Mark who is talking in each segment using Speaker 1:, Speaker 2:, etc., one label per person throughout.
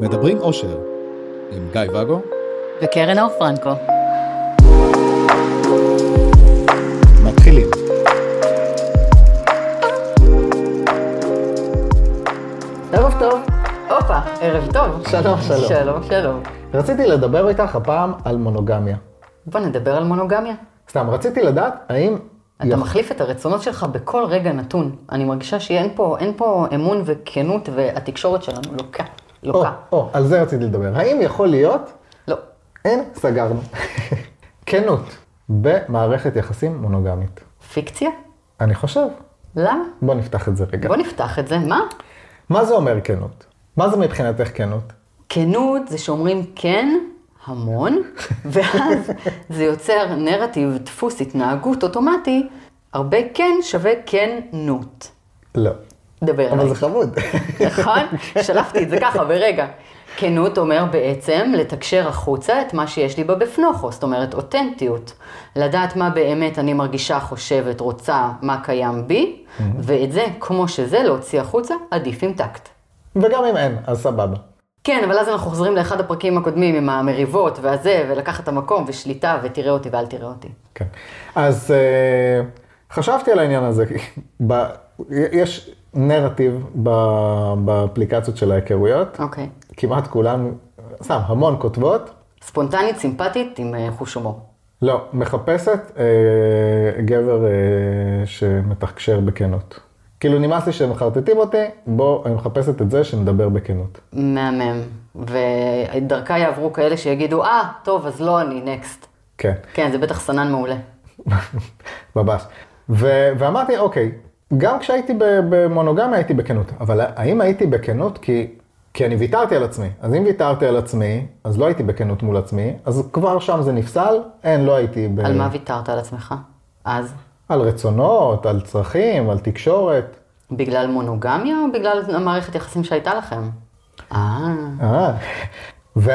Speaker 1: מדברים אושר, עם גיא ואגו.
Speaker 2: וקרן אור פרנקו.
Speaker 1: מתחילים.
Speaker 3: ערב טוב. הופה, ערב טוב.
Speaker 4: שלום, שלום.
Speaker 3: שלום, שלום.
Speaker 4: רציתי לדבר איתך הפעם על מונוגמיה.
Speaker 3: בוא נדבר על מונוגמיה.
Speaker 4: סתם, רציתי לדעת האם...
Speaker 3: אתה מחליף את הרצונות שלך בכל רגע נתון. אני מרגישה שאין פה, אין פה אמון וכנות, והתקשורת שלנו לוקה.
Speaker 4: או,
Speaker 3: לוקה.
Speaker 4: או, על זה רציתי לדבר. האם יכול להיות?
Speaker 3: לא.
Speaker 4: אין, סגרנו. כנות במערכת יחסים מונוגמית.
Speaker 3: פיקציה?
Speaker 4: אני חושב.
Speaker 3: למה?
Speaker 4: בוא נפתח את זה רגע.
Speaker 3: בוא נפתח את זה. מה?
Speaker 4: מה זה אומר כנות? מה זה מבחינתך כנות?
Speaker 3: כנות זה שאומרים כן המון, ואז זה יוצר נרטיב, דפוס התנהגות אוטומטי, הרבה כן שווה כנות.
Speaker 4: לא.
Speaker 3: דבר
Speaker 4: אבל
Speaker 3: עליי.
Speaker 4: זה חמוד.
Speaker 3: נכון? שלפתי את זה ככה ברגע. כנות אומר בעצם לתקשר החוצה את מה שיש לי בבפנוכו, זאת אומרת אותנטיות. לדעת מה באמת אני מרגישה, חושבת, רוצה, מה קיים בי, ואת זה, כמו שזה, להוציא החוצה, עדיף עם טקט.
Speaker 4: וגם אם אין, אז סבבה.
Speaker 3: כן, אבל אז אנחנו חוזרים לאחד הפרקים הקודמים עם המריבות והזה, ולקחת את המקום ושליטה, ותראה אותי ואל תראה אותי.
Speaker 4: כן. אז אה, חשבתי על העניין הזה. כי ב, יש נרטיב ב, באפליקציות של ההיכרויות.
Speaker 3: אוקיי.
Speaker 4: כמעט כולן, סתם, המון כותבות.
Speaker 3: ספונטנית, סימפטית, עם אה, חוש הומור.
Speaker 4: לא, מחפשת אה, גבר אה, שמתחקשר בכנות. כאילו נמאס לי שמחרטטים אותי, בוא, אני מחפשת את זה שמדבר בכנות.
Speaker 3: מהמם. ודרכה יעברו כאלה שיגידו, אה, טוב, אז לא אני, נקסט.
Speaker 4: כן.
Speaker 3: כן, זה בטח סנן מעולה.
Speaker 4: אה. ממש. ו- ואמרתי, אוקיי, גם כשהייתי ב- במונוגמיה הייתי בכנות, אבל האם הייתי בכנות כי... כי אני ויתרתי על עצמי, אז אם ויתרתי על עצמי, אז לא הייתי בכנות מול עצמי, אז כבר שם זה נפסל, אין, לא הייתי ב...
Speaker 3: על מה ויתרת על עצמך? אז?
Speaker 4: על רצונות, על צרכים, על תקשורת.
Speaker 3: בגלל מונוגמיה או בגלל המערכת יחסים שהייתה לכם? אה,
Speaker 4: אה, ו...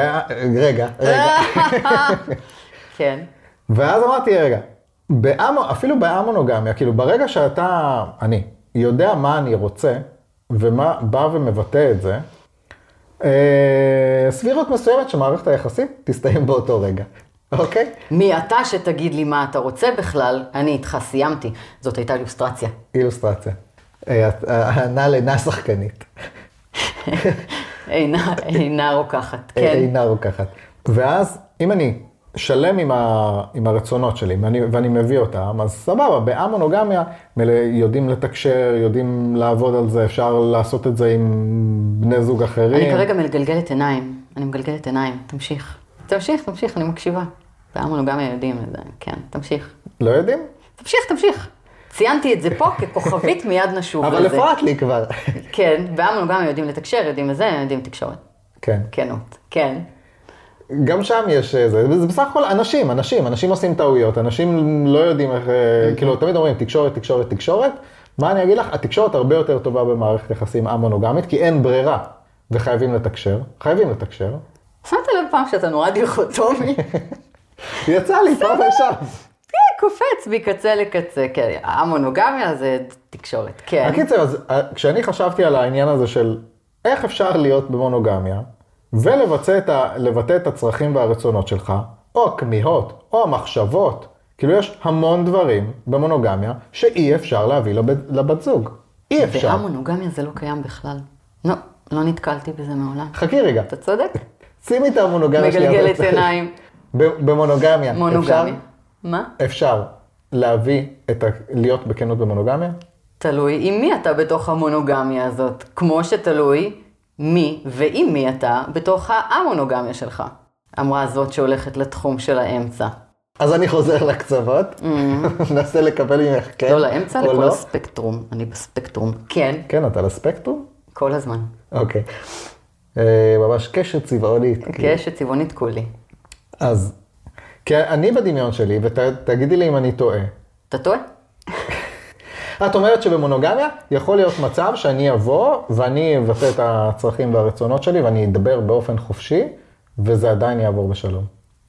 Speaker 4: רגע, רגע.
Speaker 3: כן.
Speaker 4: ואז אמרתי, רגע, בעם, אפילו באמונוגמיה, כאילו ברגע שאתה, אני, יודע מה אני רוצה, ומה בא ומבטא את זה, אה, סבירות מסוימת שמערכת היחסים תסתיים באותו רגע, אוקיי?
Speaker 3: מי אתה שתגיד לי מה אתה רוצה בכלל? אני איתך סיימתי. זאת הייתה אילוסטרציה.
Speaker 4: אילוסטרציה. אה, את- הנעל אינה שחקנית,
Speaker 3: אינה, אינה רוקחת,
Speaker 4: כן.
Speaker 3: כן.
Speaker 4: אינה רוקחת. ואז, אם אני שלם עם, ה, עם הרצונות שלי, ואני, ואני מביא אותם, אז סבבה, באמונוגמיה מלא- יודעים לתקשר, יודעים לעבוד על זה, אפשר לעשות את זה עם בני זוג אחרים.
Speaker 3: אני כרגע מגלגלת עיניים. אני מגלגלת עיניים. תמשיך. תמשיך, תמשיך, אני מקשיבה. והמונוגמיה יודעים את זה, כן. תמשיך.
Speaker 4: לא יודעים?
Speaker 3: תמשיך, תמשיך. ציינתי את זה פה ככוכבית, מיד נשוב לזה.
Speaker 4: אבל הפרעת לי כבר.
Speaker 3: כן, והמונוגמיה יודעים לתקשר, יודעים לזה, יודעים תקשורת.
Speaker 4: כן.
Speaker 3: כנות, כן.
Speaker 4: גם שם יש אה, זה, וזה בסך הכל אנשים, אנשים, אנשים עושים טעויות, אנשים לא יודעים איך, אה, כאילו, תמיד אומרים תקשורת, תקשורת, תקשורת. מה אני אגיד לך? התקשורת הרבה יותר טובה במערכת יחסים א-מונוגמית, כי אין ברירה, וחייבים לתקשר, חייבים לתקשר.
Speaker 3: שמת לב פעם שאתה נורא דיכוטומי?
Speaker 4: יצא לי פעם ושם.
Speaker 3: כן, קופץ מקצה לקצה, כן. המונוגמיה זה תקשורת, כן.
Speaker 4: הקיצר, אז אה, כשאני חשבתי על העניין הזה של איך אפשר להיות במונוגמיה ולבטא את, ה, לבטא את הצרכים והרצונות שלך, או הכמיהות, או המחשבות, כאילו יש המון דברים במונוגמיה שאי אפשר להביא לבת, לבת זוג. אי אפשר.
Speaker 3: והמונוגמיה זה לא קיים בכלל. לא, לא נתקלתי בזה מעולם.
Speaker 4: חכי רגע,
Speaker 3: אתה צודק,
Speaker 4: שימי את המונוגמיה שלי.
Speaker 3: מגלגלת עיניים,
Speaker 4: במונוגמיה, אפשר,
Speaker 3: מונוגמיה. מה?
Speaker 4: אפשר להביא את ה... להיות בכנות במונוגמיה?
Speaker 3: תלוי עם מי אתה בתוך המונוגמיה הזאת, כמו שתלוי מי ועם מי אתה בתוך המונוגמיה שלך. אמרה זאת שהולכת לתחום של האמצע.
Speaker 4: אז אני חוזר לקצוות, מנסה לקבל ממך כן.
Speaker 3: Mm. לא לאמצע,
Speaker 4: או
Speaker 3: לכל
Speaker 4: לא.
Speaker 3: הספקטרום. אני בספקטרום. כן,
Speaker 4: כן, אתה לספקטרום?
Speaker 3: כל הזמן.
Speaker 4: אוקיי. אה, ממש קשת צבעונית. כאילו.
Speaker 3: כאשת צבעונית כולי.
Speaker 4: אז, כי אני בדמיון שלי, ותגידי לי אם אני טועה.
Speaker 3: אתה טועה?
Speaker 4: את אומרת שבמונוגמיה יכול להיות מצב שאני אבוא ואני אבטא את הצרכים והרצונות שלי ואני אדבר באופן חופשי, וזה עדיין יעבור בשלום.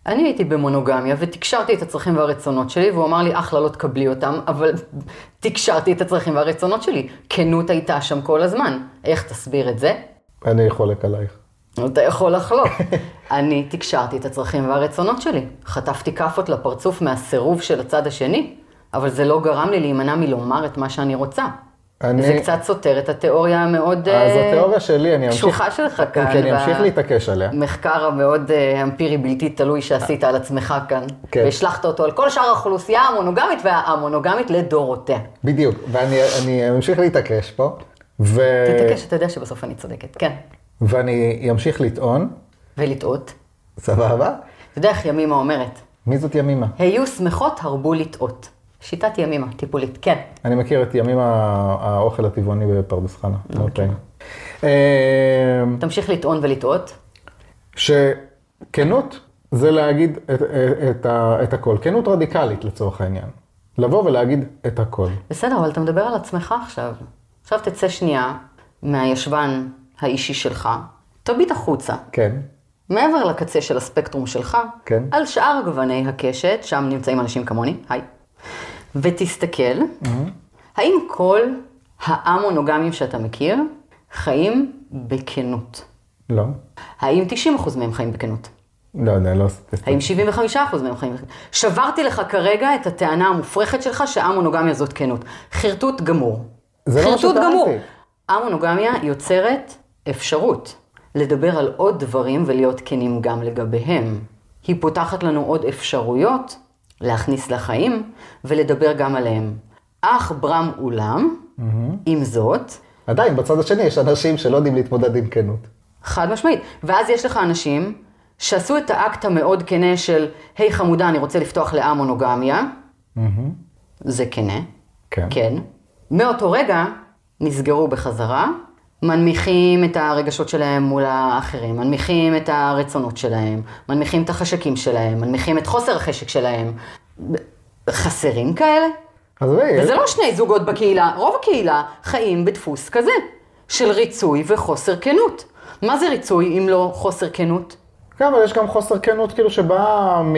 Speaker 3: אני הייתי במונוגמיה ותקשרתי את הצרכים והרצונות שלי, והוא אמר לי, אחלה, לא תקבלי אותם, אבל תקשרתי את הצרכים והרצונות שלי. כנות הייתה שם כל הזמן. איך תסביר את זה?
Speaker 4: אני חולק עלייך.
Speaker 3: אתה יכול לחלוק. אני תקשרתי את הצרכים והרצונות שלי. חטפתי כאפות לפרצוף מהסירוב של הצד השני, אבל זה לא גרם לי להימנע מלומר את מה שאני רוצה.
Speaker 4: אני-
Speaker 3: זה קצת סותר את התיאוריה המאוד...
Speaker 4: אז
Speaker 3: אה,
Speaker 4: התיאוריה שלי, אני אמשיך... אוקיי,
Speaker 3: קשוחה שלך כאן.
Speaker 4: כי אני אמשיך
Speaker 3: ב-
Speaker 4: להתעקש עליה.
Speaker 3: המחקר המאוד אה, אמפירי בלתי תלוי שעשית על עצמך כאן.
Speaker 4: כן.
Speaker 3: והשלכת אותו על כל שאר האוכלוסייה המונוגמית והמונוגמית לדורותיה.
Speaker 4: אה. בדיוק, ואני אני אמשיך להתעקש פה, ו...
Speaker 3: תתעקש, אתה יודע שבסוף אני צודקת, כן.
Speaker 4: ואני אמשיך לטעון,
Speaker 3: ולטעות.
Speaker 4: סבבה?
Speaker 3: אתה יודע איך ימימה אומרת?
Speaker 4: מי זאת ימימה?
Speaker 3: היו שמחות, הרבו לטעות. שיטת ימימה, טיפולית, כן.
Speaker 4: אני מכיר את ימימה, האוכל הטבעוני בפרדס חנה. מאוד
Speaker 3: אוקיי.
Speaker 4: טעים. אמ,
Speaker 3: תמשיך לטעון ולטעות.
Speaker 4: שכנות זה להגיד את, את, ה- את הכל, כנות רדיקלית לצורך העניין. לבוא ולהגיד את הכל.
Speaker 3: בסדר, אבל אתה מדבר על עצמך עכשיו. עכשיו תצא שנייה מהישבן האישי שלך, תביט החוצה,
Speaker 4: כן,
Speaker 3: מעבר לקצה של הספקטרום שלך,
Speaker 4: כן.
Speaker 3: על שאר גווני הקשת, שם נמצאים אנשים כמוני, היי, ותסתכל, האם כל המונוגמים שאתה מכיר חיים בכנות?
Speaker 4: לא,
Speaker 3: האם 90% מהם חיים בכנות?
Speaker 4: לא יודע, לא סטטיסטי.
Speaker 3: האם 75% מהם חיים בכנות? שברתי לך כרגע את הטענה המופרכת שלך שהמונוגמיה זאת כנות. חרטוט גמור.
Speaker 4: זה לא מה
Speaker 3: חרטוט
Speaker 4: שטענתי.
Speaker 3: גמור. המונוגמיה יוצרת אפשרות לדבר על עוד דברים ולהיות כנים גם לגביהם. היא פותחת לנו עוד אפשרויות להכניס לחיים ולדבר גם עליהם. אך ברם אולם, עם זאת,
Speaker 4: עדיין, בצד השני יש אנשים שלא יודעים להתמודד עם כנות.
Speaker 3: חד משמעית. ואז יש לך אנשים שעשו את האקט המאוד כנה של, היי חמודה, אני רוצה לפתוח לאה מונוגמיה. זה כנה.
Speaker 4: כן.
Speaker 3: כן. מאותו רגע נסגרו בחזרה, מנמיכים את הרגשות שלהם מול האחרים, מנמיכים את הרצונות שלהם, מנמיכים את החשקים שלהם, מנמיכים את חוסר החשק שלהם. חסרים כאלה?
Speaker 4: אז זה...
Speaker 3: וזה לא שני זוגות בקהילה, רוב הקהילה חיים בדפוס כזה, של ריצוי וחוסר כנות. מה זה ריצוי אם לא חוסר כנות?
Speaker 4: כן, אבל יש גם חוסר כנות כאילו שבא מ...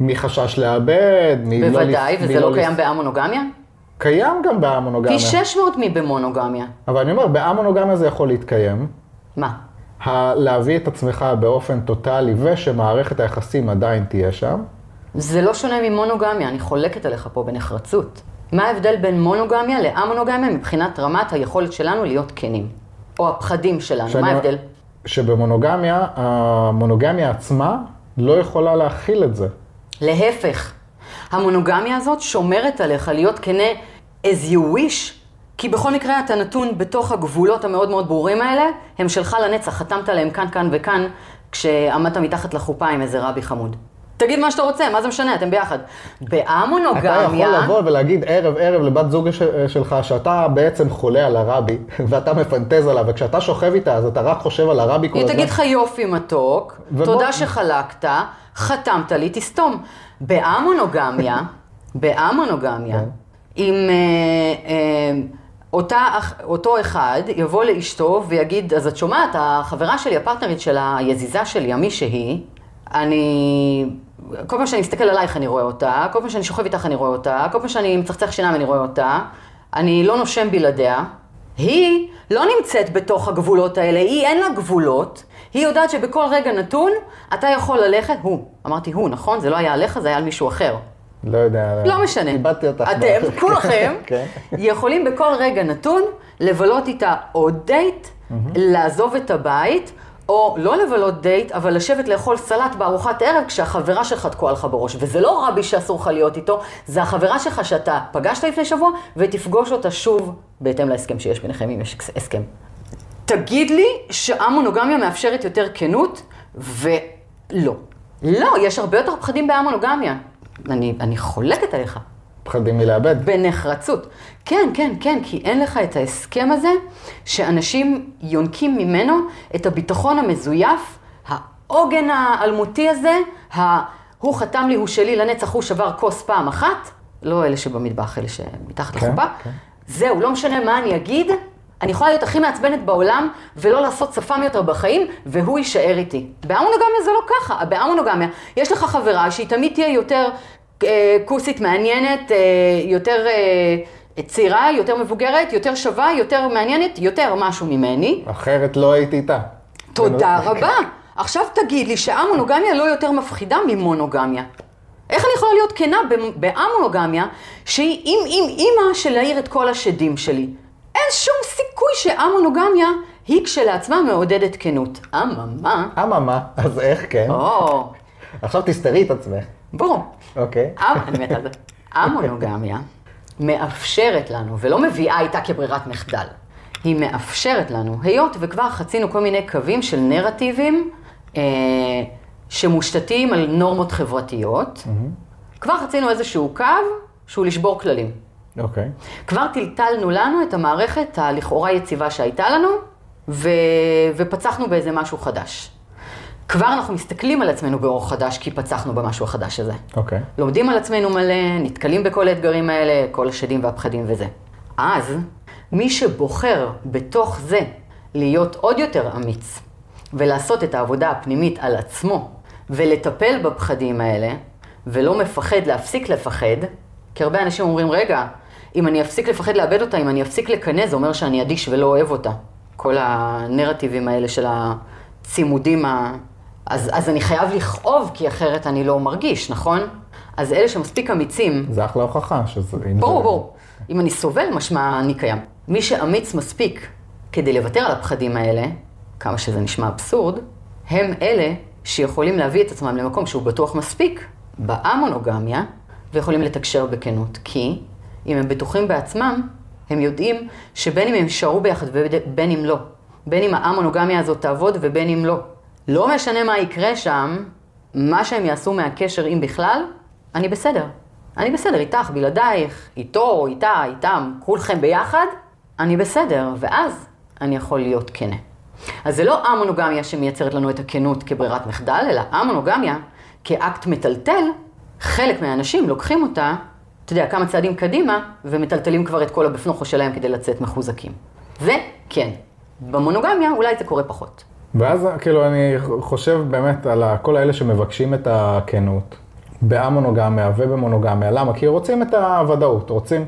Speaker 4: מחשש לאבד, מלא...
Speaker 3: בוודאי,
Speaker 4: לפ-
Speaker 3: וזה
Speaker 4: מלא
Speaker 3: לא קיים
Speaker 4: לפ-
Speaker 3: בהמונוגמיה?
Speaker 4: קיים גם בהמונוגמיה.
Speaker 3: פי 600 מבמונוגמיה.
Speaker 4: אבל אני אומר, בהמונוגמיה זה יכול להתקיים.
Speaker 3: מה?
Speaker 4: ה- להביא את עצמך באופן טוטאלי, ושמערכת היחסים עדיין תהיה שם.
Speaker 3: זה לא שונה ממונוגמיה, אני חולקת עליך פה בנחרצות. מה ההבדל בין מונוגמיה לאמונוגמיה מבחינת רמת היכולת שלנו להיות כנים? או הפחדים שלנו,
Speaker 4: שאני-
Speaker 3: מה ההבדל?
Speaker 4: שבמונוגמיה, המונוגמיה עצמה לא יכולה להכיל את זה.
Speaker 3: להפך, המונוגמיה הזאת שומרת עליך להיות כנה as you wish, כי בכל מקרה אתה נתון בתוך הגבולות המאוד מאוד ברורים האלה, הם שלך לנצח, חתמת עליהם כאן, כאן וכאן, כשעמדת מתחת לחופה עם איזה רבי חמוד. תגיד מה שאתה רוצה, מה זה משנה, אתם ביחד.
Speaker 4: אתה
Speaker 3: בהמונוגמיה...
Speaker 4: יכול לבוא ולהגיד ערב ערב לבת זוג ש- שלך שאתה בעצם חולה על הרבי, ואתה מפנטז עליו, וכשאתה שוכב איתה אז אתה רק חושב על הרבי כל
Speaker 3: היא
Speaker 4: הזמן.
Speaker 3: תגיד לך יופי מתוק,
Speaker 4: ובוא-
Speaker 3: תודה שחלקת, חתמת לי, תסתום. באמונוגמיה, באמונוגמיה,
Speaker 4: כן.
Speaker 3: אם אה, אה, אותה, אח- אותו אחד יבוא לאשתו ויגיד, אז את שומעת, החברה שלי, הפרטנרית שלה, היזיזה שלי, המי שהיא, אני... כל פעם שאני מסתכל עלייך אני רואה אותה, כל פעם שאני שוכב איתך אני רואה אותה, כל פעם שאני מצחצח שיניים אני רואה אותה, אני לא נושם בלעדיה. היא לא נמצאת בתוך הגבולות האלה, היא אין לה גבולות, היא יודעת שבכל רגע נתון אתה יכול ללכת, הוא, אמרתי הוא, נכון? זה לא היה עליך, זה היה על מישהו אחר.
Speaker 4: לא יודע.
Speaker 3: לא משנה.
Speaker 4: איבדתי אותך.
Speaker 3: אתם,
Speaker 4: ב-
Speaker 3: כולכם,
Speaker 4: כן.
Speaker 3: יכולים בכל רגע נתון לבלות איתה עוד דייט, לעזוב את הבית, או לא לבלות דייט, אבל לשבת לאכול סלט בארוחת ערב כשהחברה שלך תקועה לך בראש. וזה לא רבי שאסור לך להיות איתו, זה החברה שלך שאתה פגשת לפני שבוע, ותפגוש אותה שוב, בהתאם להסכם שיש ביניכם, אם יש הסכם. תגיד לי שהמונוגמיה מאפשרת יותר כנות, ולא. לא, יש הרבה יותר פחדים בהמונוגמיה. אני, אני חולקת עליך,
Speaker 4: פחדים מלאבד.
Speaker 3: בנחרצות. כן, כן, כן, כי אין לך את ההסכם הזה, שאנשים יונקים ממנו את הביטחון המזויף, העוגן האלמותי הזה, ה... הוא חתם לי, הוא שלי לנצח, הוא שבר כוס פעם אחת, לא אלה שבמטבח, אלה שמתחת
Speaker 4: כן,
Speaker 3: לחופה.
Speaker 4: כן.
Speaker 3: זהו, לא משנה מה אני אגיד, אני יכולה להיות הכי מעצבנת בעולם ולא לעשות שפם יותר בחיים, והוא יישאר איתי. בהמונוגמיה זה לא ככה, בהמונוגמיה יש לך חברה שהיא תמיד תהיה יותר אה, כוסית מעניינת, אה, יותר אה, צעירה, יותר מבוגרת, יותר שווה, יותר מעניינת, יותר משהו ממני.
Speaker 4: אחרת לא הייתי איתה.
Speaker 3: תודה רבה. עכשיו תגיד לי שהמונוגמיה לא יותר מפחידה ממונוגמיה. איך אני יכולה להיות כנה במ- בהמונוגמיה, שהיא אם אם אימא של להעיר את כל השדים שלי? אין שום סיכוי שהמונוגמיה היא כשלעצמה מעודדת כנות. אממה,
Speaker 4: כאילו, אממה, אז איך כן?
Speaker 3: או,
Speaker 4: עכשיו תסתרי את עצמך.
Speaker 3: בואו.
Speaker 4: אוקיי.
Speaker 3: המ- אני מתה על זה. המונוגמיה מאפשרת לנו, ולא מביאה איתה כברירת מחדל, היא מאפשרת לנו, היות וכבר חצינו כל מיני קווים של נרטיבים אה, שמושתתים על נורמות חברתיות, כבר חצינו איזשהו קו שהוא לשבור כללים.
Speaker 4: אוקיי.
Speaker 3: כבר טלטלנו לנו את המערכת הלכאורה יציבה שהייתה לנו, ו... ופצחנו באיזה משהו חדש. כבר אנחנו מסתכלים על עצמנו באור חדש, כי פצחנו במשהו החדש הזה.
Speaker 4: אוקיי.
Speaker 3: לומדים על עצמנו מלא, נתקלים בכל האתגרים האלה, כל השדים והפחדים וזה. אז, מי שבוחר בתוך זה להיות עוד יותר אמיץ, ולעשות את העבודה הפנימית על עצמו, ולטפל בפחדים האלה, ולא מפחד להפסיק לפחד, כי הרבה אנשים אומרים, רגע, אם אני אפסיק לפחד לאבד אותה, אם אני אפסיק לקנא, זה אומר שאני אדיש ולא אוהב אותה. כל הנרטיבים האלה של הצימודים ה... אז, אז אני חייב לכאוב, כי אחרת אני לא מרגיש, נכון? אז אלה שמספיק אמיצים,
Speaker 4: זה אחלה הוכחה שזה... אם
Speaker 3: ברור,
Speaker 4: זה-
Speaker 3: ברור. אם אני סובל, משמע אני קיים. מי שאמיץ מספיק כדי לוותר על הפחדים האלה, כמה שזה נשמע אבסורד, הם אלה שיכולים להביא את עצמם למקום שהוא בטוח מספיק, באמונוגמיה, ויכולים לתקשר בכנות. כי אם הם בטוחים בעצמם, הם יודעים שבין אם הם יישארו ביחד ובין אם לא. בין אם האמונוגמיה הזאת תעבוד ובין אם לא. לא משנה מה יקרה שם, מה שהם יעשו מהקשר, אם בכלל, אני בסדר. אני בסדר איתך, בלעדייך, איתו, איתה, איתם, כולכם ביחד, אני בסדר, ואז אני יכול להיות כנה. אז זה לא המונוגמיה שמייצרת לנו את הכנות כברירת מחדל, אלא המונוגמיה כאקט מטלטל, חלק מהאנשים לוקחים אותה, אתה יודע, כמה צעדים קדימה, ומטלטלים כבר את כל הבפנוכו שלהם כדי לצאת מחוזקים. זה כן. במונוגמיה אולי זה קורה פחות.
Speaker 4: ואז כאילו אני חושב באמת על ה- כל האלה שמבקשים את הכנות, באמונוגמיה ובמונוגמיה, למה? כי רוצים את הוודאות, רוצים...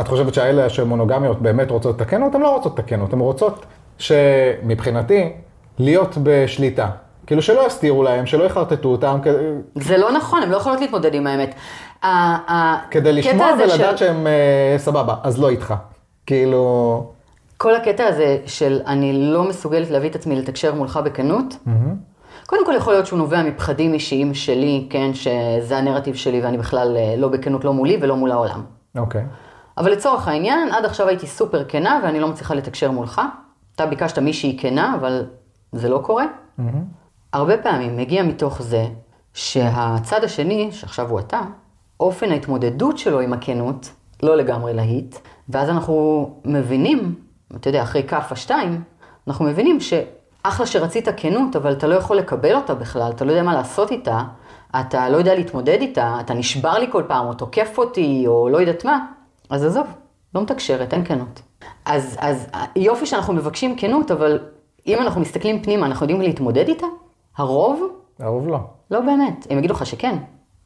Speaker 4: את חושבת שהאלה שמונוגמיות באמת רוצות את הכנות? הן לא רוצות את הכנות, הן רוצות שמבחינתי להיות בשליטה. כאילו שלא יסתירו להם, שלא יחרטטו אותם, כ-
Speaker 3: זה לא נכון, הן לא יכולות להתמודד עם האמת. ה- ה-
Speaker 4: כדי
Speaker 3: הקטע
Speaker 4: לשמוע
Speaker 3: הזה
Speaker 4: ולדעת
Speaker 3: של-
Speaker 4: שהם אה, סבבה, אז לא איתך. כאילו...
Speaker 3: כל הקטע הזה של אני לא מסוגלת להביא את עצמי לתקשר מולך בכנות, קודם כל יכול להיות שהוא נובע מפחדים אישיים שלי, כן, שזה הנרטיב שלי ואני בכלל אה, לא בכנות לא מולי ולא מול העולם.
Speaker 4: אוקיי.
Speaker 3: אבל לצורך העניין, עד עכשיו הייתי סופר כנה ואני לא מצליחה לתקשר מולך. אתה ביקשת מישהי כנה, אבל זה לא קורה. הרבה פעמים מגיע מתוך זה שהצד השני, שעכשיו הוא אתה, אופן ההתמודדות שלו עם הכנות לא לגמרי להיט, ואז אנחנו מבינים, אתה יודע, אחרי כאפה שתיים, אנחנו מבינים שאחלה שרצית כנות, אבל אתה לא יכול לקבל אותה בכלל, אתה לא יודע מה לעשות איתה, אתה לא יודע להתמודד איתה, אתה נשבר לי כל פעם, או תוקף אותי, או לא יודעת מה. אז עזוב, לא מתקשרת, אין כנות. אז, אז יופי שאנחנו מבקשים כנות, אבל אם אנחנו מסתכלים פנימה, אנחנו יודעים להתמודד איתה? הרוב?
Speaker 4: הרוב לא.
Speaker 3: לא באמת. הם יגידו לך שכן,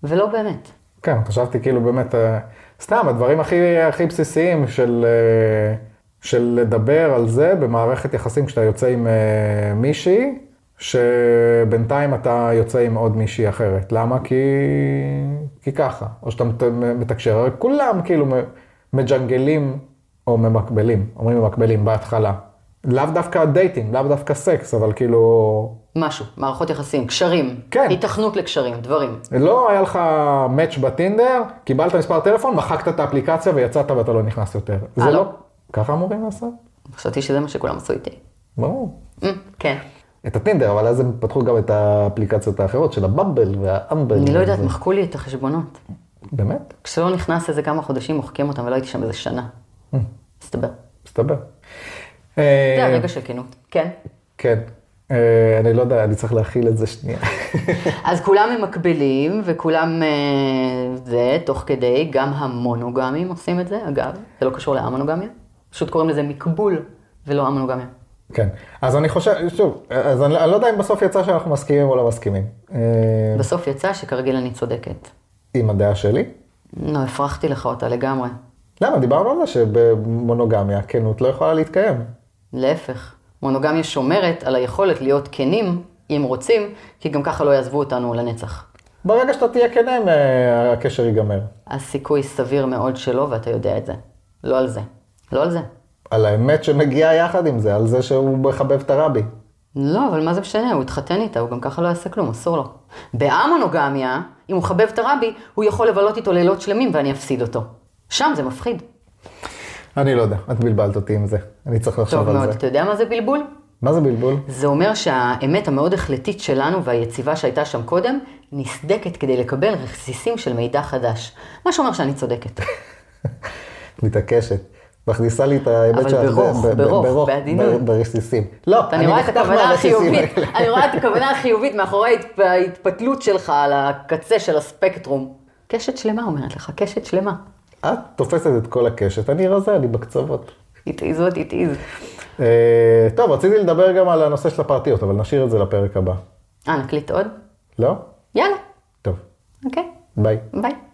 Speaker 3: ולא באמת.
Speaker 4: כן, חשבתי כאילו באמת, אה, סתם, הדברים הכי, הכי בסיסיים של, אה, של לדבר על זה במערכת יחסים כשאתה יוצא עם אה, מישהי, שבינתיים אתה יוצא עם עוד מישהי אחרת. למה? כי, כי ככה. או שאתה מת- מתקשר, הרי כולם כאילו מ- מג'נגלים או ממקבלים, אומרים ממקבלים בהתחלה. לאו דווקא דייטים, לאו דווקא סקס, אבל כאילו,
Speaker 3: משהו, מערכות יחסים, קשרים.
Speaker 4: כן.
Speaker 3: התכנות לקשרים, דברים.
Speaker 4: לא היה לך מאץ' בטינדר, קיבלת מספר טלפון, מחקת את האפליקציה ויצאת ואתה לא נכנס יותר. זה
Speaker 3: אה,
Speaker 4: לא...
Speaker 3: לא.
Speaker 4: ככה אמורים לעשות?
Speaker 3: חשבתי שזה מה שכולם עשו איתי.
Speaker 4: ברור.
Speaker 3: אמ, כן.
Speaker 4: את הטינדר, אבל אז הם פתחו גם את האפליקציות האחרות של הבמבל והאמבל.
Speaker 3: אני לא יודעת,
Speaker 4: וזה.
Speaker 3: מחקו לי את החשבונות.
Speaker 4: באמת?
Speaker 3: כשלא נכנס איזה כמה חודשים, מוחקים אותם, ולא הייתי שם איזה שנה. מסתבר.
Speaker 4: מסתבר.
Speaker 3: זה
Speaker 4: אה,
Speaker 3: הרגע של כנות. כן.
Speaker 4: כן. אה, אני לא יודע, אני צריך להכיל את זה שנייה.
Speaker 3: אז כולם הם מקבילים, וכולם אה, זה, תוך כדי, גם המונוגמים עושים את זה, אגב, זה לא קשור להמונוגמיה, פשוט קוראים לזה מקבול, ולא המונוגמיה.
Speaker 4: כן. אז אני חושב, שוב, אז אני אני לא יודע אם בסוף יצא שאנחנו מסכימים או לא מסכימים. אה,
Speaker 3: בסוף יצא שכרגיל אני צודקת.
Speaker 4: עם הדעה שלי.
Speaker 3: לא, הפרחתי לך אותה לגמרי.
Speaker 4: למה? דיברנו על זה שבמונוגמיה, כנות לא יכולה להתקיים.
Speaker 3: להפך, מונוגמיה שומרת על היכולת להיות כנים, אם רוצים, כי גם ככה לא יעזבו אותנו לנצח.
Speaker 4: ברגע שאתה תהיה כן, הם, אה, הקשר ייגמר.
Speaker 3: הסיכוי סביר מאוד שלא, ואתה יודע את זה. לא על זה. לא על זה.
Speaker 4: על האמת שמגיעה יחד עם זה, על זה שהוא מחבב את הרבי.
Speaker 3: לא, אבל מה זה משנה? הוא התחתן איתה, הוא גם ככה לא יעשה כלום, אסור לו. באמנוגמיה, אם הוא חבב את הרבי, הוא יכול לבלות איתו לילות שלמים ואני אפסיד אותו. שם זה מפחיד.
Speaker 4: אני לא יודע, את בלבלת אותי עם זה. אני צריך לחשוב
Speaker 3: טוב
Speaker 4: על
Speaker 3: מאוד.
Speaker 4: זה.
Speaker 3: אתה יודע מה זה בלבול?
Speaker 4: מה זה בלבול?
Speaker 3: זה אומר שהאמת המאוד החלטית שלנו והיציבה שהייתה שם קודם, נסדקת כדי לקבל רסיסים של מידע חדש. מה שאומר שאני צודקת.
Speaker 4: מתעקשת. מכניסה לי את ההיבט
Speaker 3: אבל
Speaker 4: של...
Speaker 3: ברוך, ברוך, בעדינות.
Speaker 4: ברסיסים. לא,
Speaker 3: אני רואה את
Speaker 4: נחתך
Speaker 3: הכוונה
Speaker 4: מהרסיסים
Speaker 3: החיובית,
Speaker 4: האלה.
Speaker 3: אני רואה את הכוונה החיובית מאחורי ההתפ- ההתפתלות שלך על הקצה של הספקטרום. קשת שלמה אומרת לך, קשת שלמה.
Speaker 4: את תופסת את כל הקשת, אני רזה, אני בקצוות.
Speaker 3: It is what it is.
Speaker 4: אה, טוב, רציתי לדבר גם על הנושא של הפרטיות, אבל נשאיר את זה לפרק הבא.
Speaker 3: אה, נקליט עוד?
Speaker 4: לא?
Speaker 3: יאללה,
Speaker 4: טוב,
Speaker 3: אוקיי,
Speaker 4: ביי.
Speaker 3: ביי.